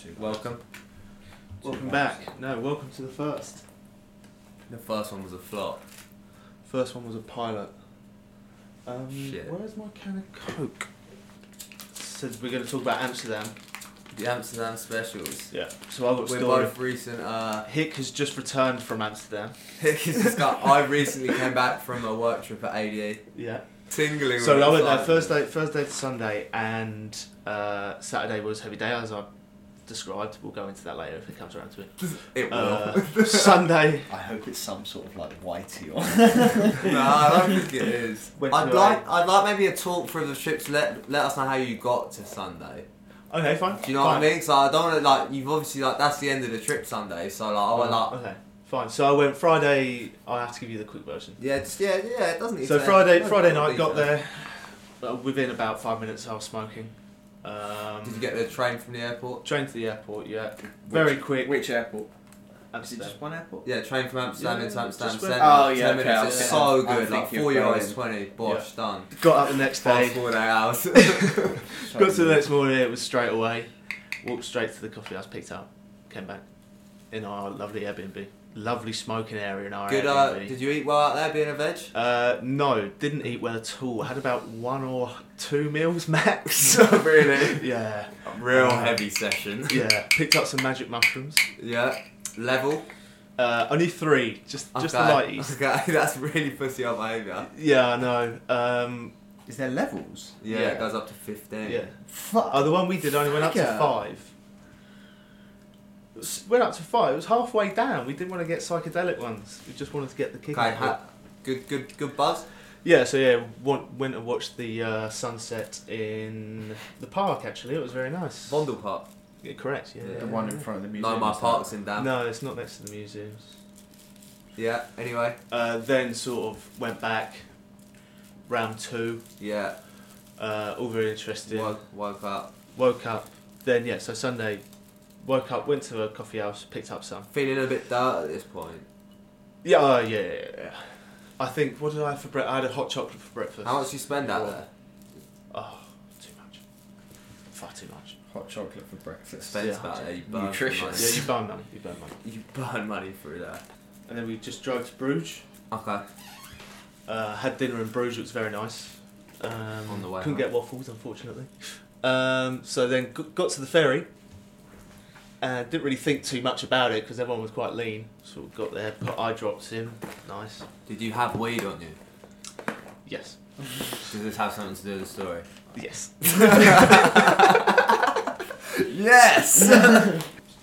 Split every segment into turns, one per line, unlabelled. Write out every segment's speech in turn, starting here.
Two
Welcome.
parts.
Welcome
Two parts.
back. No, welcome to the first.
The first one was a flop.
First one was a pilot. Um,
Shit.
Where's my can of Coke? Said we're going to talk about Amsterdam.
The Amsterdam specials.
Yeah. So I've got a
We're
story.
both recent. Uh,
Hick has just returned from Amsterdam.
it's got- I recently came back from a work trip at ADA,
Yeah.
tingling.
So
with
I went there
excitement.
first day, first day to Sunday, and uh, Saturday was heavy day as I described. We'll go into that later if it comes around to it.
It will.
Uh, Sunday,
I hope it's some sort of like whitey or.
no, I don't think it is.
Went
I'd
to
like, I'd like maybe a talk through the trip to let let us know how you got to Sunday.
Okay, fine.
Do you know what I mean? So I don't want to like you've obviously like that's the end of the trip Sunday. So like I went like
okay, fine. So I went Friday. I have to give you the quick version.
yeah, just, yeah, yeah. It doesn't. need
So
to-
Friday,
no,
Friday
it doesn't
night,
need
got
to.
there. uh, Within about five minutes, I was smoking. Um,
Did you get the train from the airport?
train to the airport? Yeah, very quick.
Which airport? Is it
Amsterdam.
just one airport?
Yeah, train from Amsterdam
Yeah,
into Amsterdam
just went-
Centre.
Oh, yeah,
10
okay,
minutes.
I'll
it's
sit
so
down. I
good. Like
think you're
four euros
going.
twenty. Bosh, done.
Got up the next day.
Fast forward eight hours.
Sorry.
Got to the next morning, it was straight away. Walked straight to the coffee house, picked up, came back in our lovely Airbnb. Lovely smoking area in our
good. Uh,
Airbnb.
did you eat well out there being a veg?
Uh, no, didn't eat well at all. Had about one or two meals max.
really.
yeah,
Real
Uh,
heavy session.
yeah. Picked up some magic mushrooms.
Yeah. Level.
Uh, only three, just just the
Okay.
lighties.
Okay, that's really pussy up behaviour.
Yeah, I know. Um,
Is there levels?
Yeah,
Yeah.
it goes up to fifteen.
yeah.
Fuck.
Oh, the one we did only went up to
Fucker.
five. S- Went up to five. It was halfway down. We didn't want to get psychedelic ones. We just wanted to get the kick.
Okay.
out of it.
Ha- good. Good. Good buzz.
Yeah, so yeah, went, went and watched the uh, sunset in the park. Actually, it was very nice.
Vondel Park.
Yeah, correct. Yeah.
The
The one in front of the museum.
No, my
is that-
park's in Dam.
No, it's not next to the museums.
Yeah. Anyway.
Uh, then sort of went back. Round two,
Yeah.
uh, all very interesting.
Woke, woke up.
Woke up. Then yeah, so Sunday, woke up, went to a coffee house, picked up some.
Feeling a bit dark at this point.
Yeah, oh, yeah, yeah, yeah. I think what did I have for breakfast? I had a hot chocolate for breakfast.
How much do you spend out
Well,
there?
Oh, too much. Far too much.
Hot chocolate for breakfast.
Spends
yeah.
about there. You burn
Nutritious.
Yeah,
Money.
you burn money. You burn money.
You burn money through that.
And then we just drove to Bruges.
Okay.
Uh, had dinner in Bruges, it was very nice. Um,
On the way
Couldn't
home.
get waffles, unfortunately. Um, so then g- got to the ferry. Uh, didn't really think too much about it because everyone was quite lean. Sort of got there, put eye drops in. Nice.
Did you have weed on you?
Yes.
Does this have something to do with the story?
Yes.
Yes!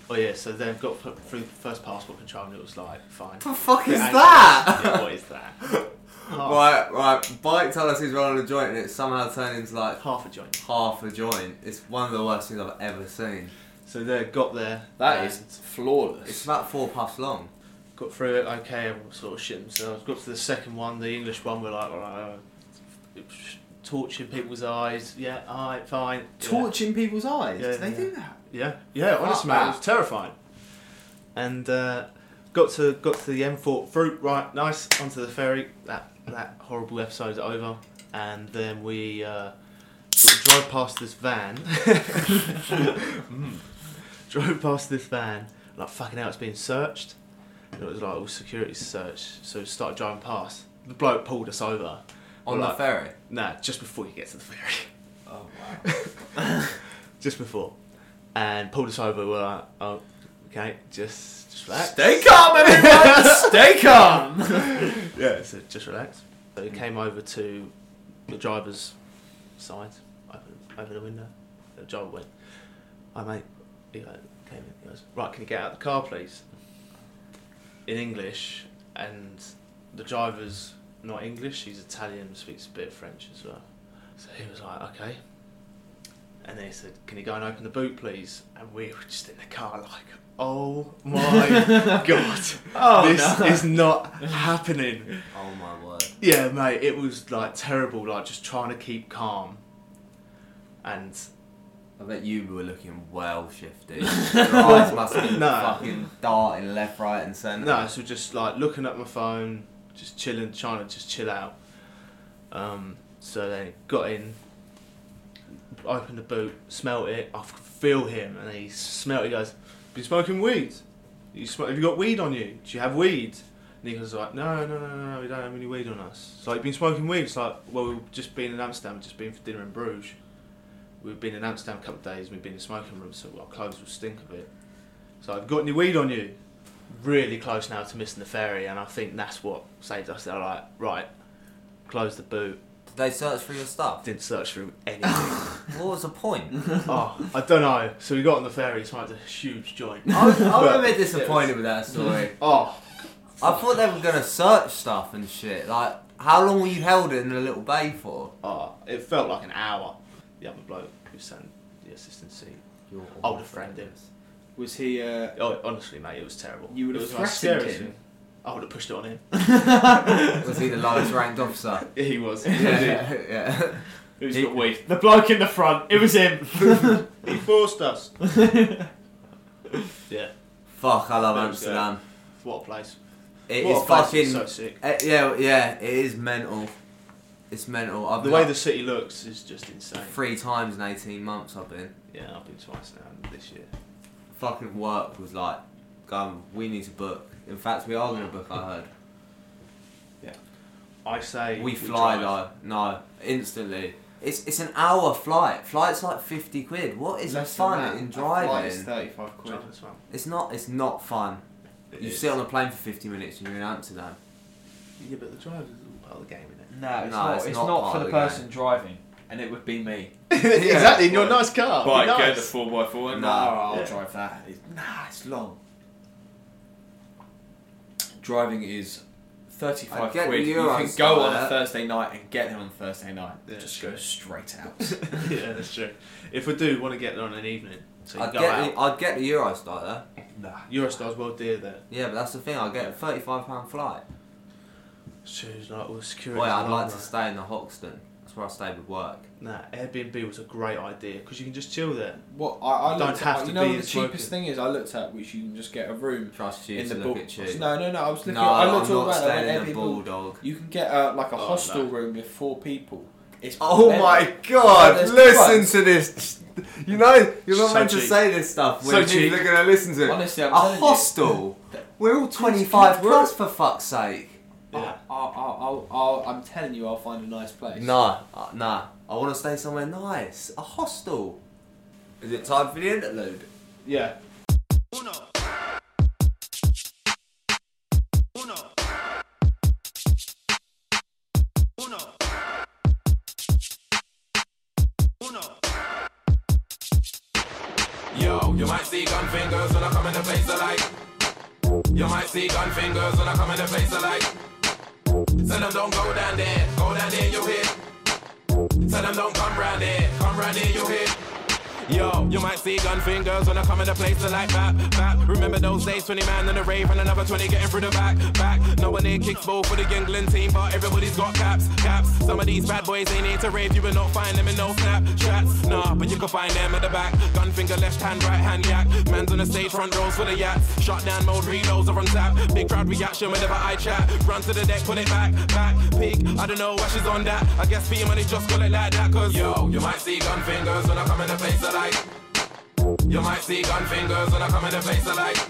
Oh, yeah, so then got put through the first passport control and it was like, fine.
the fuck is
Yeah,
that?
yeah, what is that? Half,
Right, right. Bike told us he's rolling a joint and it somehow turned into like
half a joint.
half a joint. It's one of the worst things I've ever seen.
So there, got there.
That
and
is flawless.
It's about four puffs long.
Got through it, okay, everyone sort of shit themselves. Got to the second one, the English one, we're like, uh, torching people's eyes. Yeah, alright, fine. Yeah.
torching people's eyes.
Yeah,
Do they
yeah.
do that?
Yeah, yeah,
Fuck
honestly, man, it
that.
was terrifying. And uh, got to got to the M4 fruit, right, nice, onto the ferry. That that horrible episode's over. And then we uh, sort of drove past this van. Mm. Drove past this van, like fucking hell, it's being searched. And it was like all security search, so we started driving past. The bloke pulled us over.
On
Well,
the
like-
ferry.
Nah, just before you get to the ferry
Oh wow.
just before, and pulled us over. We're like, oh, okay, just just relax.
Stay calm, everyone. Stay calm.
Yeah, so just relax. So we came over to the driver's side, open, open the window. The driver went, "Hi mate," he go- came in. He goes, "Right, can you get out of the car, please?" In English, and the driver's not English. He's Italian, speaks a bit of French as well. So he was like, "Okay." And then he said, "Can you go and open the boot, please?" And we were just in the car, like, "Oh my god,
Oh,
this
no.
is not happening."
Oh my word.
Yeah, mate, it was like terrible, like just trying to keep calm. And
I bet you were looking well shifted. Your eyes must be
No.
fucking darting left, right, and centre.
no, so just like looking at my phone, just chilling, trying to just chill out. Um, so then got in, opened the boot, smelt it. I f- feel him, and he smelled. He goes, "Be smoking weed? You sm- have you got weed on you? Do you have weed?" And he was like, "No, no, no, no, no, we don't have any weed on us." It's like you've been smoking weed. It's like, well, we've just been in Amsterdam, we've just been for dinner in Bruges. We've been in Amsterdam a couple of days, and we've been in a smoking room, so our clothes will stink of it. So I've got any weed on you. Really close now to missing the ferry, and I think that's what saved us. They're like, right, close the boot.
Did they search for your stuff?
Didn't search through anything.
What was the point?
oh, I don't know. So we got on the ferry, smoked a huge joint.
I was, I was a
But-
bit disappointed with that story.
Oh,
I thought they were gonna search stuff and shit. Like, how long were you held in a little bay for?
oh, it felt like an hour. The other bloke who sat in the assistant seat.
Your
Older friend is.
Was he? Uh,
Oh, honestly, mate, it was terrible.
You would
It
have
was my
threatened
scariest
him.
thing. I would have pushed it on him.
Was he the lowest ranked officer?
He was.
Yeah, yeah.
Who's
He-
got weed? The bloke in the front. It was him. he forced us. yeah.
Fuck, I love
That was
Amsterdam.
What a place.
It
what
is
a place.
fucking.
It's so sick.
eh, yeah, yeah. It is mental. It's mental. I've
The
been
way
up
the city looks is just insane.
three times in eighteen months. I've been.
Yeah, I've been twice now this year.
Fucking work was like, um, we need to book. In fact, we are gonna book. I heard.
I say
We fly
drive.
though. No, instantly. It's it's an hour flight. Flight's like fifty quid. What is the
less than
fun
that.
in
A flight
driving?
is Thirty-five quid.
Drive as well.
It's not. It's not fun.
It
You
is.
sit on a plane for fifty minutes and you're in Amsterdam.
Yeah, but the drive is all part of the game, isn't it?
No, it's
No,
not.
it's
It's,
not
not,
part
for
of
the
the game.
person driving, and it would be me.
Yeah.
exactly, in your nice car. Oh, Be nice.
four by four.
No,
No, I'll
yeah.
drive that. It's, nah, it's long. Driving is
I
thirty-five
get
quid.
the
You
Euros
can go
for
on
that.
a Thursday night and get there on Thursday night.
Yeah,
Just
sure.
go straight out.
yeah, that's true. If we do want to get there on an evening, so you
I'd
go
get
out.
the I'd get the Eurostar there.
nah.
Eurostar's well dear there.
Yeah, but that's the thing. I get a thirty-five pound flight.
Shoes like all security.
Boy, I'd like
alarm.
to stay in the Hoxton. That's where I stayed with work.
Nah, Airbnb was a great idea because you can just chill there.
What I, I
Don't
looked
have
at,
to
you know
be
what the
in smoking.
cheapest thing is I looked at, which you can just get a room
Trust you
in
to
the
look
book.
at you.
No, no, no. I was looking.
no,
I
I'm
looked all
not
around. I went,
staying
"Hey,
in a
people,
bulldog.
You can get uh, like a
Oh,
hostel
no.
room with four people. It's
Oh
better.
my god,
there's
listen
drugs.
to this. You know, you're not
So
meant to
cheap.
say this stuff
So
when people
cheap.
are going to listen to it.
Honestly, I'm
a
telling you.
hostel? We're all 25
good
plus, for fuck's sake.
Yeah.
I, I, I, I, I'm telling you, I'll find a nice place.
Nah, uh, nah. I want to stay somewhere nice. A hostel. Is it time for the interlude?
Yeah.
Yo, you might see gun fingers when I come in the place alike. You might see gun fingers when I come in the place alike. Tell them don't go down there, go down there, you hit. Tell them don't come round there, come round there, you hit. Yo, you might see gun fingers when I come in the place to like bap, bap. Remember those days, 20 man in the rave and another 20 getting through the back, back. No one here kicks ball for the England team, but everybody's got caps, caps. Some of these bad boys ain't here to rave, you will not find them in no snapshots. Nah, but you can find them at the back. Gun finger, left hand, right hand, yak. Man's on the stage, front rows for the yak. Shot down mode, reloads are on tap. Big crowd reaction whenever I chat. Run to the deck, put it back, back. Peak, I don't know why she's on that. I guess for your money, just call it like that, cause yo, you might see gun fingers when I come in the place alike. You might see gun fingers when I come in the place alike.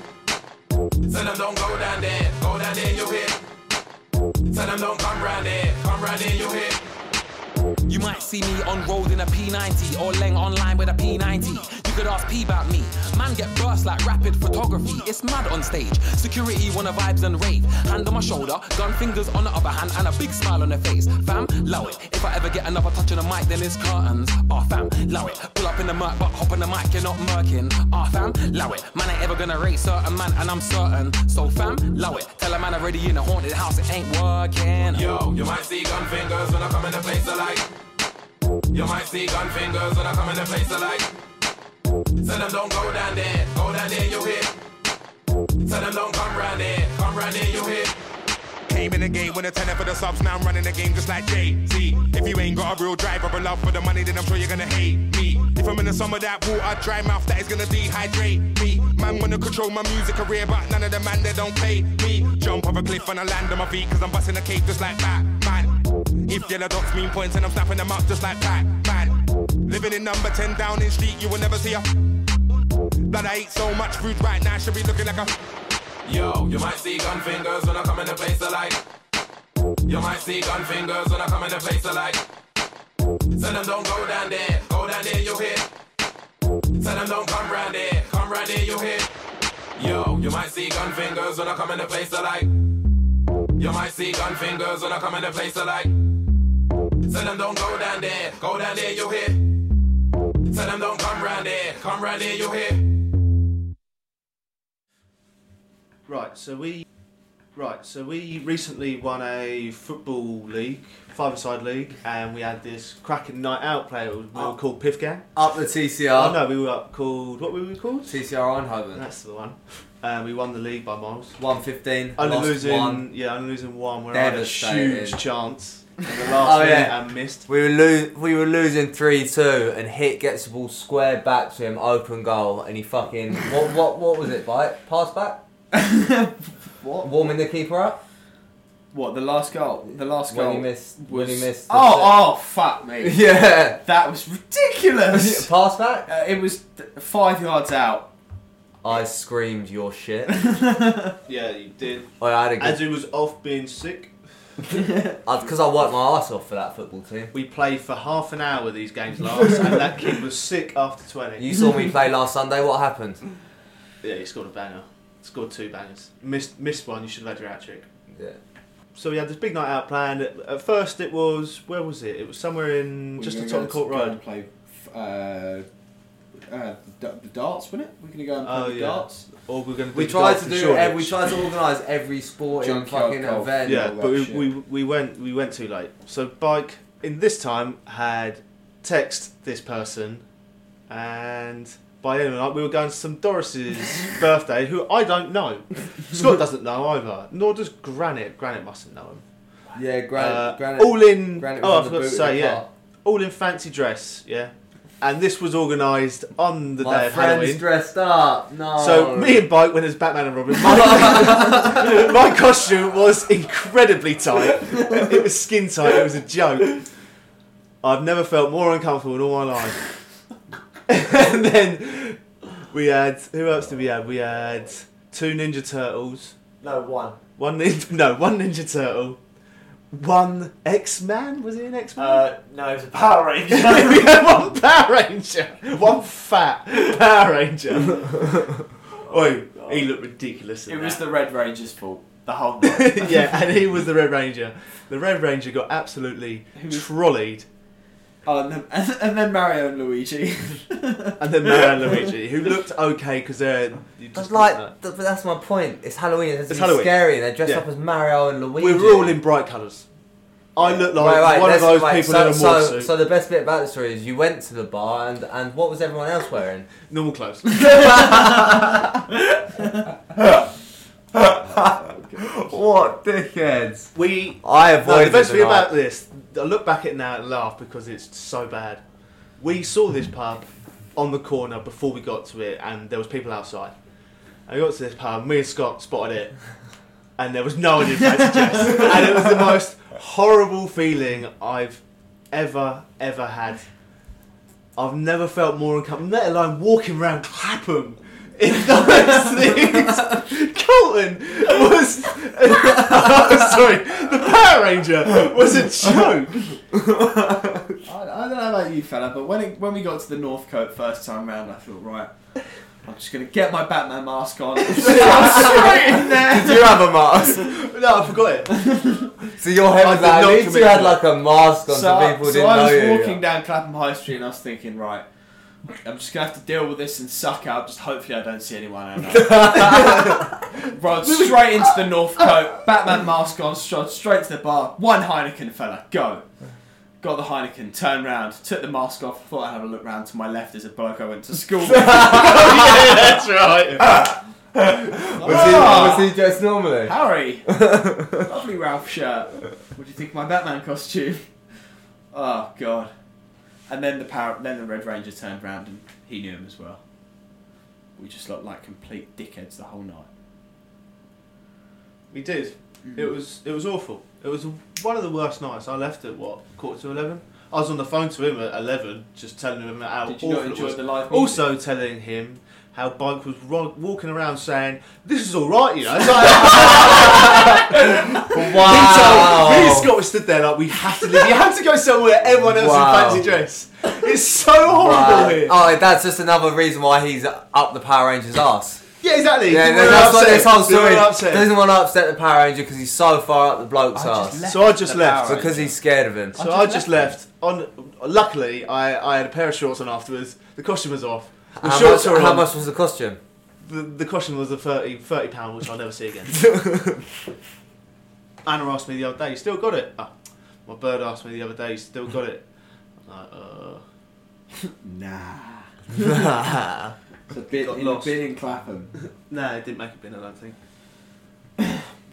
Tell them don't go down there, go down there, you hit. Tell them don't come round there, come round there, you hit.
You might see me on road in a P90 or Leng online with a P90. You could ask P about me. Man get burst like rapid photography. It's mad on stage. Security wanna vibes and rave. Hand on my shoulder, gun fingers on the other hand, and a big smile on their face. Fam, love it. If I ever get another touch on the mic, then it's curtains. Ah, fam, love it. Pull up in the murk, but hop on the mic, you're not murking. Ah, fam, love it. Man ain't ever gonna race certain man, and I'm certain. So fam, love it. Tell a man already in a haunted house, it ain't working.
Yo, you might see gun fingers when I come in the place alike. You might see gun fingers when I come in the place alike. Tell them don't go down there, go down there, you hit. Tell them don't come round there, come round there, you hit.
Came in the game with a tenner for the subs, now I'm running the game just like Jay Z. If you ain't got a real drive or a love for the money, then I'm sure you're gonna hate me. If I'm in the summer, that water dry mouth that is gonna dehydrate me. Man wanna control my music career, but none of the man they don't pay me. Jump off a cliff and I land on my feet, cause I'm busting a cake just like Batman. If yellow dots mean points and I'm snapping them up just like Batman. Living in number 10 down in street, you will never see a Blood I ate so much food right now, I should be looking like a.
Yo, you might see gun fingers when I come in the place of light. You might see gun fingers when I come in the place of light. Tell them don't go down there, go down there, you'll hit. Tell them don't come round there, come round there, you'll hit. Yo, you might see gun fingers when I come in the place of light. You might see gun fingers when I come in the place of light. Tell them don't go down there, go down there, you'll hit. Tell them don't come round there, come round there, you'll hit.
Right, so we, right, so we recently won a football league, five-a-side league, and we had this cracking night out play. We were
Oh.
called Piff Gang.
Up the TCR.
Uh,
oh no, we were called what were we called?
TCR Eindhoven.
That's the one. Um, we won the league by miles.
One fifteen.
Only
lost
losing,
one.
yeah, only losing one. Where I had a
Devastated.
huge chance in the last
Oh,
minute
yeah.
and missed.
We were lo- we were losing three two, and hit gets the ball square back to him, open goal, and he fucking what what what was it? Bite pass back,
What?
warming the keeper up.
What? The last goal. The last
When
goal.
he missed- when
Was...
he missed the
Oh, oh, fuck me.
Yeah,
That was ridiculous. uh,
pass back.
it was th- five yards out.
I screamed your shit.
Yeah, you did.
I had a good
Andrew was off being sick.
because I worked my ass off for that football team.
We played for half an hour these games last, and that kid was sick after twenty.
You saw me play last Sunday. What happened?
Yeah, he scored a banger. Scored two bangers. Missed missed one. You should have had your hat trick.
Yeah.
So we had this big night out planned. At at first, it was where was it? It was somewhere in just
We
the
were
Tottenham
gonna
Court
go
Road.
and Play uh, uh, the, d- the darts, wasn't it? We're gonna go and play
Oh,
the
yeah.
darts.
Or we're going to
We
the
tried
golf
to
in
do.
Shoreditch.
ev- we tried to organise every sporting
Junkyard
fucking
golf.
event.
Yeah,
all that
but we,
shit.
we we went we went too late. So bike in this time had text this person, and by the end of the night we were going to some Doris's birthday, who I don't know. Scott doesn't know either, nor does Granite. Granite mustn't know him.
Yeah, granite.
Uh,
granite
all in.
Granite was
oh,
on
I
the
forgot to
boot of
say,
the
yeah.
car.
All in fancy dress, yeah. And this was organised on the day
My
of
friend's
Halloween.
dressed up. No.
So me and Bike went as Batman and Robin. My, my costume was incredibly tight. It was skin tight. It was a joke. I've never felt more uncomfortable in all my life. and then we had who else did we have? We had two Ninja Turtles,
no one.
one nin- no one Ninja Turtle, one X Man. Was he an X Man?
no, it was a Power Ranger.
we had one Power Ranger, one fat Power Ranger. oh, he looked ridiculous. in
It was
that.
the Red Rangers' fault. The whole night.
yeah, and he was the Red Ranger. The Red Ranger got absolutely trolleyed,
oh, and then, and, then Mario and Luigi.
and then Mario and Luigi, who looked okay because they're you
That's
just
like,
didn't know.
th- but that's my point. It's Halloween. It has to
It's
be
Halloween.
scary, and they're dressed
Yeah.
up as Mario and Luigi.
we were all in bright colours. I looked like
Right, right,
one of
let's-
those
right,
people
so,
in a morph
so,
suit,
so the best bit about the story is you went to the bar, and, and what was everyone else wearing?
normal clothes.
What dickheads!
we
I
No,
avoided
the best
the
thing
night.
about this, I look back at it now and laugh because it's so bad. We saw this pub on the corner before we got to it, and there was people outside. And we got to this pub, me and Scott spotted it, and there was no one in fancy dress, and it was the most horrible feeling I've ever ever had. I've never felt more uncomfortable, let alone walking around Clapham. In those things, Colton was. sorry, the Power Ranger was a joke.
I, I don't know about you, fella, but when it, when we got to the Northcote first time round, I thought right. I'm just gonna get my Batman mask on. I'm straight in there.
Did you have a mask?
No, I forgot it.
so your
I
head
did
was like,
not
at least you
commit
had
to
like a mask on, so,
I-
people
so
didn't
I was
know
walking
you.
down Clapham High Street and I was thinking, right, I'm just gonna have to deal with this and suck out. Just hopefully I don't see anyone. I know. Rod straight into the North Coat, Batman mask on, shot straight to the bar. One Heineken fella, go. Got the Heineken, turned round, took the mask off. Thought I'd have a look round to my left as a bloke I went to school. with.
yeah, that's right.
Was he,
Ah!
was he dressed normally?
Harry, lovely Ralph shirt. What do you think of my Batman costume? Oh God! And then the power, then the Red Ranger turned round and he knew him as well. We just looked like complete dickheads the whole night.
We did. It was it was awful. It was one of the worst nights. I left at what quarter to eleven. I was on the phone to him at eleven, just telling him how
Did you not
awful it
enjoy
was.
the live? Music?
also telling him how Bike was ro- walking around saying, "This is all right," you know. It's like,
Wow.
Me and Scott were stood there like we have to leave. You have to go somewhere. Everyone else
Wow.
in fancy dress. It's so horrible here.
Oh, that's just another reason why he's up the Power Rangers' ass.
yeah, exactly.
Yeah,
They
that's
were
what
upset.
this whole
They were
story
upset.
doesn't want to upset the Power Ranger because he's so far up the bloke's ass
So I just
the
left.
Power
because he's scared of him.
So I just left. On luckily, I, I had a pair of shorts on afterwards. The costume was off. The
How much,
shorts were
how
on.
much was the costume?
The, the costume was a 30 30 pound, which I'll never see again. Anna asked me the other day, "You still got it?" Ah, my bird asked me the other day, "You still got it?" I'm like, uh,
Nah.
Nah.
It's a bit
Got
in a
lost.
bin in Clapham.
"No, it didn't make a bin. I don't think."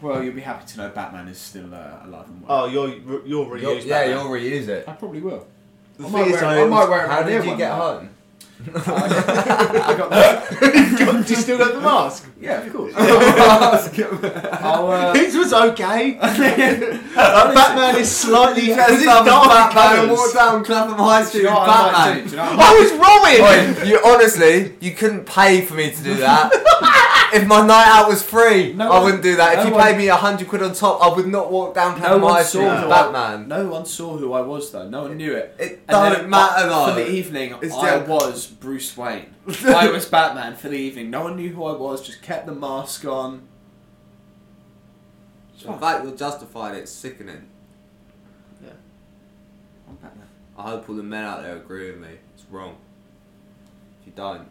Well, you'll be happy to know Batman is still uh, alive and well.
Oh, you're you're reused.
You'll- yeah,
Batman.
you'll reuse it.
I probably will.
The
I
thing
might,
is,
wear,
I
I might wear it
How
around here
did you
one
get
day.
home?
I got that.
Do you still have the mask?
Yeah, of course. I'll, uh,
His was okay. Like, Batman is slightly his dark
Batman
colours.
walked down Clapham High Street
do you know
with
what I might do?
Batman.
Do you know what I might
I was robbing.
Oi, you honestly, you couldn't pay for me to do that. if my night out was free,
No
I
one-
wouldn't do that.
no
if you
one-
paid me a hundred quid on top, I would not walk down
No
Clapham High
one
Street
saw
with
who I,
Batman.
no one saw who I was though. No one knew it.
It
And then
don't matter
For
though.
the evening,
It's
I
down-
was Bruce Wayne. I was Batman for the evening. No one knew who I was. Just kept the mask on.
The fact you're justified, it's sickening.
I'm Batman.
I hope all the men out there agree with me. It's wrong. If you don't,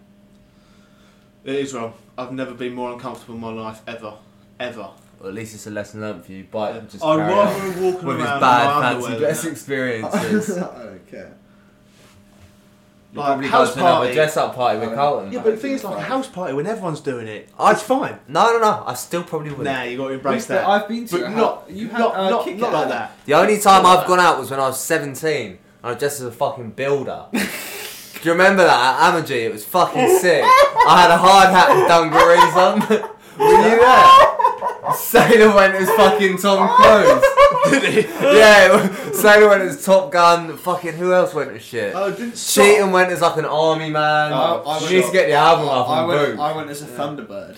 It is wrong. I've never been more uncomfortable in my life ever, ever.
well, at least it's a lesson learned for you. But just
I'd
carry on.
rather walk
with
around in
his
my
bad fancy
underwear.
dress
than that.
experiences.
I don't care.
You'll
Like,
probably
house
go to another
party. Oh,
dress up party with
Um,
Carlton.
Yeah, but the thing is, like a house party when everyone's doing it,
I-
it's fine.
No, no, no. I still probably wouldn't.
Nah, you got to embrace
Mister,
that.
I've been to
but
your
not
house. You had,
not
uh,
not,
Kit
not
Kat.
like that.
The only time I've gone out was when I was 17 and I dressed as a fucking builder. Do you remember that at Amagi? It was fucking sick. I had a hard hat with dungarees on. Were you there? Sailor went as fucking Tom Cruise. Did he? Yeah, Sailor went as Top Gun. Fucking who else went as shit?
Oh, didn't stop.
Cheaton went as like an army man.
Oh, I
you
was
need to
shocked.
get the album up
I
on
went.
boot.
I went as a Thunderbird.